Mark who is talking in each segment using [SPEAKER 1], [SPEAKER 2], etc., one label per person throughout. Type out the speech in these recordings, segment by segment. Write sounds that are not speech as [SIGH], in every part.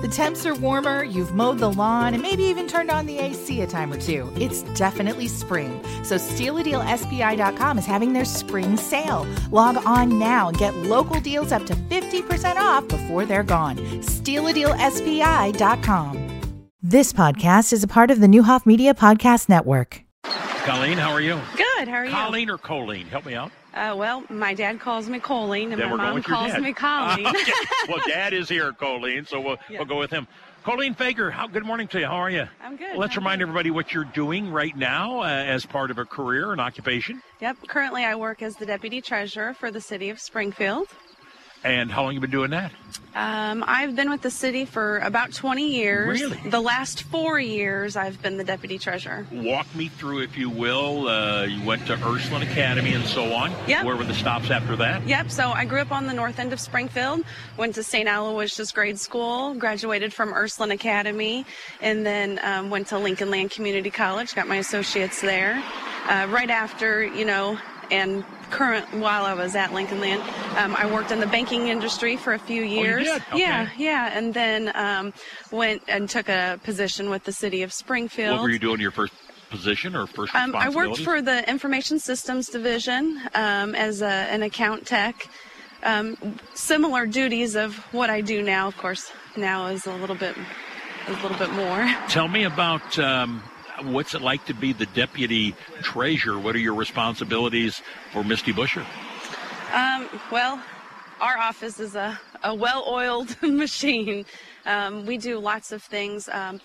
[SPEAKER 1] The temps are warmer, you've mowed the lawn, and maybe even turned on the AC a time or two. It's definitely spring. So SteelADealSBI.com is having their spring sale. Log on now and get local deals up to 50% off before they're gone. SteelADealSBI.com. This podcast is a part of the Newhoff Media Podcast Network.
[SPEAKER 2] Colleen, how are you?
[SPEAKER 3] Good. How are you?
[SPEAKER 2] Colleen or Colleen? Help me out.
[SPEAKER 3] Uh, well, my dad calls me Colleen, and
[SPEAKER 2] Then
[SPEAKER 3] my
[SPEAKER 2] we're going
[SPEAKER 3] mom
[SPEAKER 2] with your
[SPEAKER 3] calls
[SPEAKER 2] dad. [LAUGHS]
[SPEAKER 3] me [LAUGHS] Colleen.
[SPEAKER 2] Okay. Well, Dad is here, Colleen, so we'll,
[SPEAKER 3] Yeah.
[SPEAKER 2] we'll go with him. Colleen Fager, how, good morning to you. How are you?
[SPEAKER 3] I'm good.
[SPEAKER 2] Well, let's
[SPEAKER 3] How are
[SPEAKER 2] remind
[SPEAKER 3] you?
[SPEAKER 2] everybody what you're doing right now uh, as part of a career and occupation.
[SPEAKER 3] yep. Currently, I work as the deputy treasurer for the city of Springfield.
[SPEAKER 2] And how long you been doing that?
[SPEAKER 3] Um, I've been with the city for about 20 years.
[SPEAKER 2] Really?
[SPEAKER 3] The last four years, I've been the deputy treasurer.
[SPEAKER 2] Walk me through, if you will. Uh, you went to Ursuline Academy and so on.
[SPEAKER 3] Yep.
[SPEAKER 2] Where were the stops after that?
[SPEAKER 3] Yep. So I grew up on the north end of Springfield. Went to St. Aloysius Grade School. Graduated from Ursuline Academy, and then um, went to Lincoln Land Community College. Got my associates there. Uh, right after, you know, and current while I was at Lincoln Land, um, I worked in the banking industry for a few years.
[SPEAKER 2] Oh, did? Okay.
[SPEAKER 3] Yeah, yeah, and then um, went and took a position with the city of Springfield.
[SPEAKER 2] What were you doing your first position or first
[SPEAKER 3] Um, I worked
[SPEAKER 2] responsibility?
[SPEAKER 3] for the Information Systems Division um, as a, an account tech. Um, similar duties of what I do now, of course. Now is a little bit, a little bit more.
[SPEAKER 2] Tell me about um, what's it like to be the deputy treasurer. What are your responsibilities for Misty Busher?
[SPEAKER 3] Um, well, our office is a, a well oiled [LAUGHS] machine. Um, we do lots of things. Um,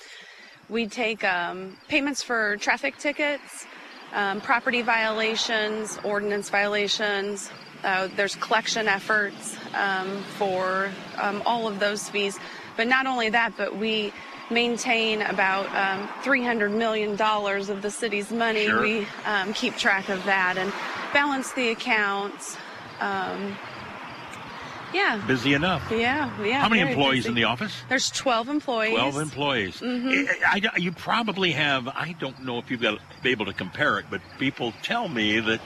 [SPEAKER 3] we take um, payments for traffic tickets, um, property violations, ordinance violations. Uh, there's collection efforts um, for um, all of those fees. But not only that, but we maintain about um, $300 million of the city's money.
[SPEAKER 2] Sure.
[SPEAKER 3] We um, keep track of that and balance the accounts. Um, yeah,
[SPEAKER 2] Busy enough.
[SPEAKER 3] yeah, yeah.
[SPEAKER 2] How many
[SPEAKER 3] very
[SPEAKER 2] employees
[SPEAKER 3] busy.
[SPEAKER 2] in the office?
[SPEAKER 3] There's 12 employees.
[SPEAKER 2] 12 employees.
[SPEAKER 3] Mm-hmm.
[SPEAKER 2] I, I- you probably have, I don't know if you've got be able to compare it, but people tell me that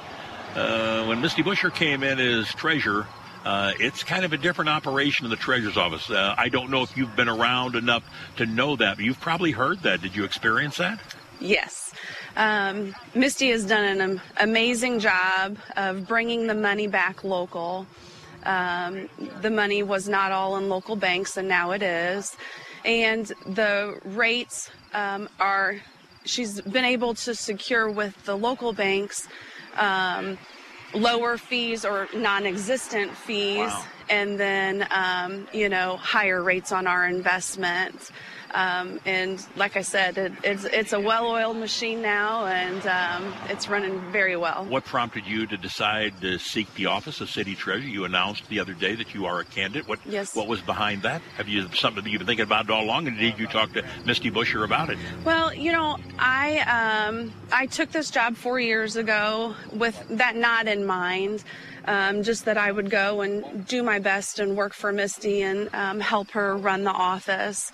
[SPEAKER 2] uh, when Misty Busher came in as treasurer, uh, it's kind of a different operation in the treasurer's office. Uh, I don't know if you've been around enough to know that, but you've probably heard that. Did you experience that?
[SPEAKER 3] Yes. Um, Misty has done an am- amazing job of bringing the money back local. Um, the money was not all in local banks, and now it is. And the rates um, are, she's been able to secure with the local banks um, lower fees or non existent fees.
[SPEAKER 2] Wow.
[SPEAKER 3] And then, um, you know, higher rates on our investment. Um, and like I said, it, it's it's a well-oiled machine now, and um, it's running very well.
[SPEAKER 2] What prompted you to decide to seek the office of city treasurer? You announced the other day that you are a candidate. What,
[SPEAKER 3] Yes.
[SPEAKER 2] what was behind that? Have you something that you've been thinking about all along, and did you talk to Misty Busher about it?
[SPEAKER 3] Well, you know, I um, I took this job four years ago with that not in mind, um, just that I would go and do my best and work for Misty and um, help her run the office.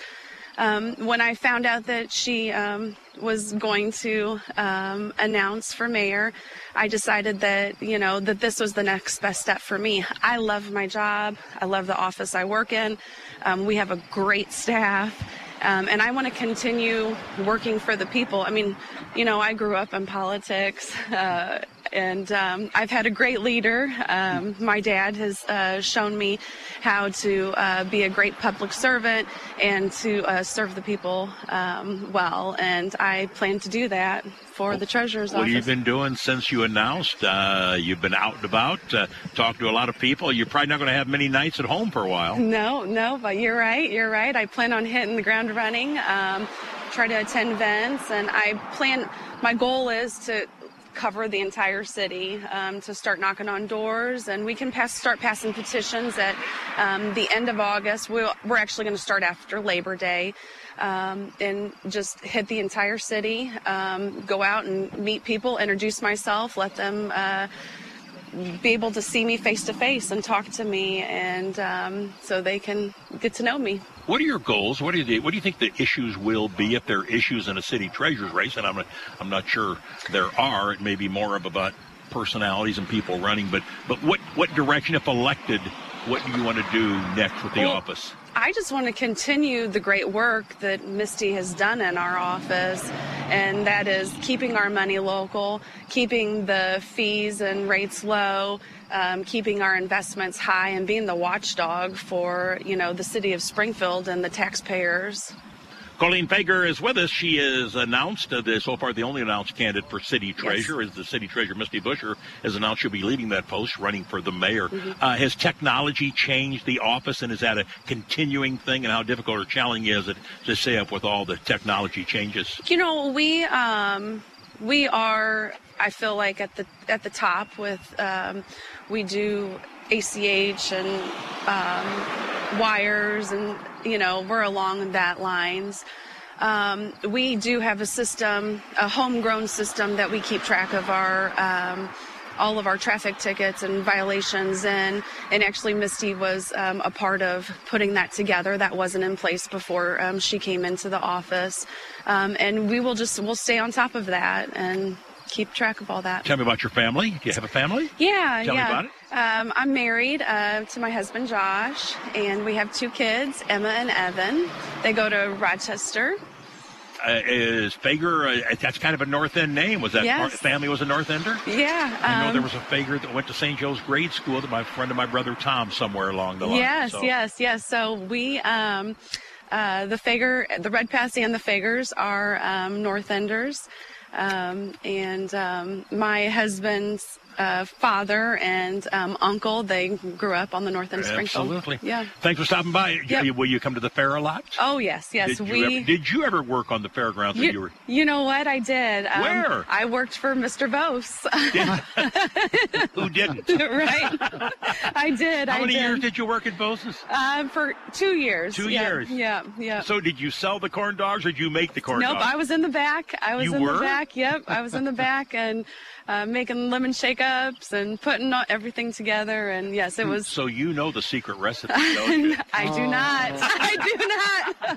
[SPEAKER 3] Um, when I found out that she um, was going to um, announce for mayor, I decided that you know that this was the next best step for me. I love my job. I love the office I work in. Um, we have a great staff. Um, and I want to continue working for the people. I mean, you know, I grew up in politics, uh, and um, I've had a great leader. Um, my dad has uh, shown me how to uh, be a great public servant and to uh, serve the people um, well, and I plan to do that for the treasurer's
[SPEAKER 2] What
[SPEAKER 3] office.
[SPEAKER 2] have you been doing since you announced? Uh, you've been out and about, uh, talked to a lot of people. You're probably not going to have many nights at home for a while.
[SPEAKER 3] [LAUGHS] No, no, but you're right. You're right. I plan on hitting the ground running. Um, try to attend events, and I plan. My goal is to cover the entire city, um, to start knocking on doors, and we can pass start passing petitions at um, the end of August. We'll, we're actually going to start after Labor Day. Um, and just hit the entire city, um, go out and meet people, introduce myself, let them uh, be able to see me face to face and talk to me, and um, so they can get to know me.
[SPEAKER 2] What are your goals? What do you What do you think the issues will be if there are issues in a city treasurer's race? And I'm not- I'm not sure there are. It may be more of about personalities and people running. But but what what direction, if elected, What do you want to do next with the
[SPEAKER 3] Well,
[SPEAKER 2] office?
[SPEAKER 3] I just want to continue the great work that Misty has done in our office, and that is keeping our money local, keeping the fees and rates low, um, keeping our investments high, and being the watchdog for you know the city of Springfield and the taxpayers.
[SPEAKER 2] Colleen Fager is with us. She is announced uh, the, so far the only announced candidate for city treasurer is the city treasurer Misty Busher has announced she'll be leaving that post, running for the mayor.
[SPEAKER 3] Mm-hmm.
[SPEAKER 2] Uh, has technology changed the office, and is that a continuing thing? And how difficult or challenging is it to stay up with all the technology changes?
[SPEAKER 3] You know, we um, we are. I feel like at the at the top with um, we do ACH and um, wires, and you know we're along that lines. Um, we do have a system, a homegrown system that we keep track of our. Um, all of our traffic tickets and violations in. And actually, Misty was um, a part of putting that together. That wasn't in place before um, she came into the office. Um, and we will just we'll stay on top of that and keep track of all that.
[SPEAKER 2] Tell me about your family. Do you have a family?
[SPEAKER 3] Yeah,
[SPEAKER 2] Tell me
[SPEAKER 3] yeah.
[SPEAKER 2] about it.
[SPEAKER 3] Um, I'm married uh, to my husband Josh, and we have two kids, Emma and Evan. They go to Rochester.
[SPEAKER 2] Uh, is Fager? Uh, that's kind of a North End name. Was that
[SPEAKER 3] Yes.
[SPEAKER 2] part- family was a North Ender?
[SPEAKER 3] Yeah,
[SPEAKER 2] I know
[SPEAKER 3] um,
[SPEAKER 2] there was a Fager that went to St. Joe's grade school. That my friend and my brother Tom somewhere along the line.
[SPEAKER 3] Yes,
[SPEAKER 2] So-
[SPEAKER 3] yes, yes. So we, um, uh, the Fager, the Red Pass and the Fagers are um, North Enders. Um, and um, my husband's uh, father and um, uncle, they grew up on the North End of Springfield.
[SPEAKER 2] Absolutely.
[SPEAKER 3] Yeah.
[SPEAKER 2] Thanks for stopping by.
[SPEAKER 3] Yep.
[SPEAKER 2] Will you come to the fair a lot?
[SPEAKER 3] Oh, yes, yes.
[SPEAKER 2] did
[SPEAKER 3] we.
[SPEAKER 2] You ever, did you ever work on the fairgrounds? that you
[SPEAKER 3] you, [LAUGHS]
[SPEAKER 2] were,
[SPEAKER 3] you know what? I did. Um,
[SPEAKER 2] Where?
[SPEAKER 3] I worked for Mr. Bose. [LAUGHS]
[SPEAKER 2] who didn't? [LAUGHS]
[SPEAKER 3] right? I did.
[SPEAKER 2] How
[SPEAKER 3] I
[SPEAKER 2] many
[SPEAKER 3] did.
[SPEAKER 2] years did you work at Bose's?
[SPEAKER 3] Um, for two years.
[SPEAKER 2] Two
[SPEAKER 3] yeah,
[SPEAKER 2] years.
[SPEAKER 3] Yeah, yeah.
[SPEAKER 2] So did you sell the corn dogs or did you make the corn
[SPEAKER 3] Uh, Nope,
[SPEAKER 2] dogs?
[SPEAKER 3] I was in the back. I was
[SPEAKER 2] You
[SPEAKER 3] in
[SPEAKER 2] were?
[SPEAKER 3] the back. Yep, I was in
[SPEAKER 2] [LAUGHS]
[SPEAKER 3] the back and uh, making lemon shake-ups and putting all- everything together. And yes, it was.
[SPEAKER 2] so you know the secret recipe, don't you?
[SPEAKER 3] [LAUGHS] I do not.
[SPEAKER 2] Oh.
[SPEAKER 3] [LAUGHS] I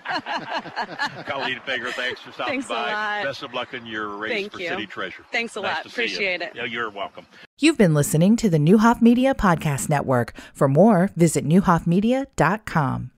[SPEAKER 3] do not.
[SPEAKER 2] Colleen Fager, thanks for stopping
[SPEAKER 3] Thanks a
[SPEAKER 2] by.
[SPEAKER 3] lot.
[SPEAKER 2] Best of luck in your race
[SPEAKER 3] Thank
[SPEAKER 2] for
[SPEAKER 3] you.
[SPEAKER 2] city treasure.
[SPEAKER 3] Thanks a
[SPEAKER 2] Nice
[SPEAKER 3] lot.
[SPEAKER 2] to see you.
[SPEAKER 3] Appreciate it.
[SPEAKER 2] Yeah, you're welcome.
[SPEAKER 1] You've been listening to the Newhoff Media Podcast Network. For more, visit newhoffmedia.com.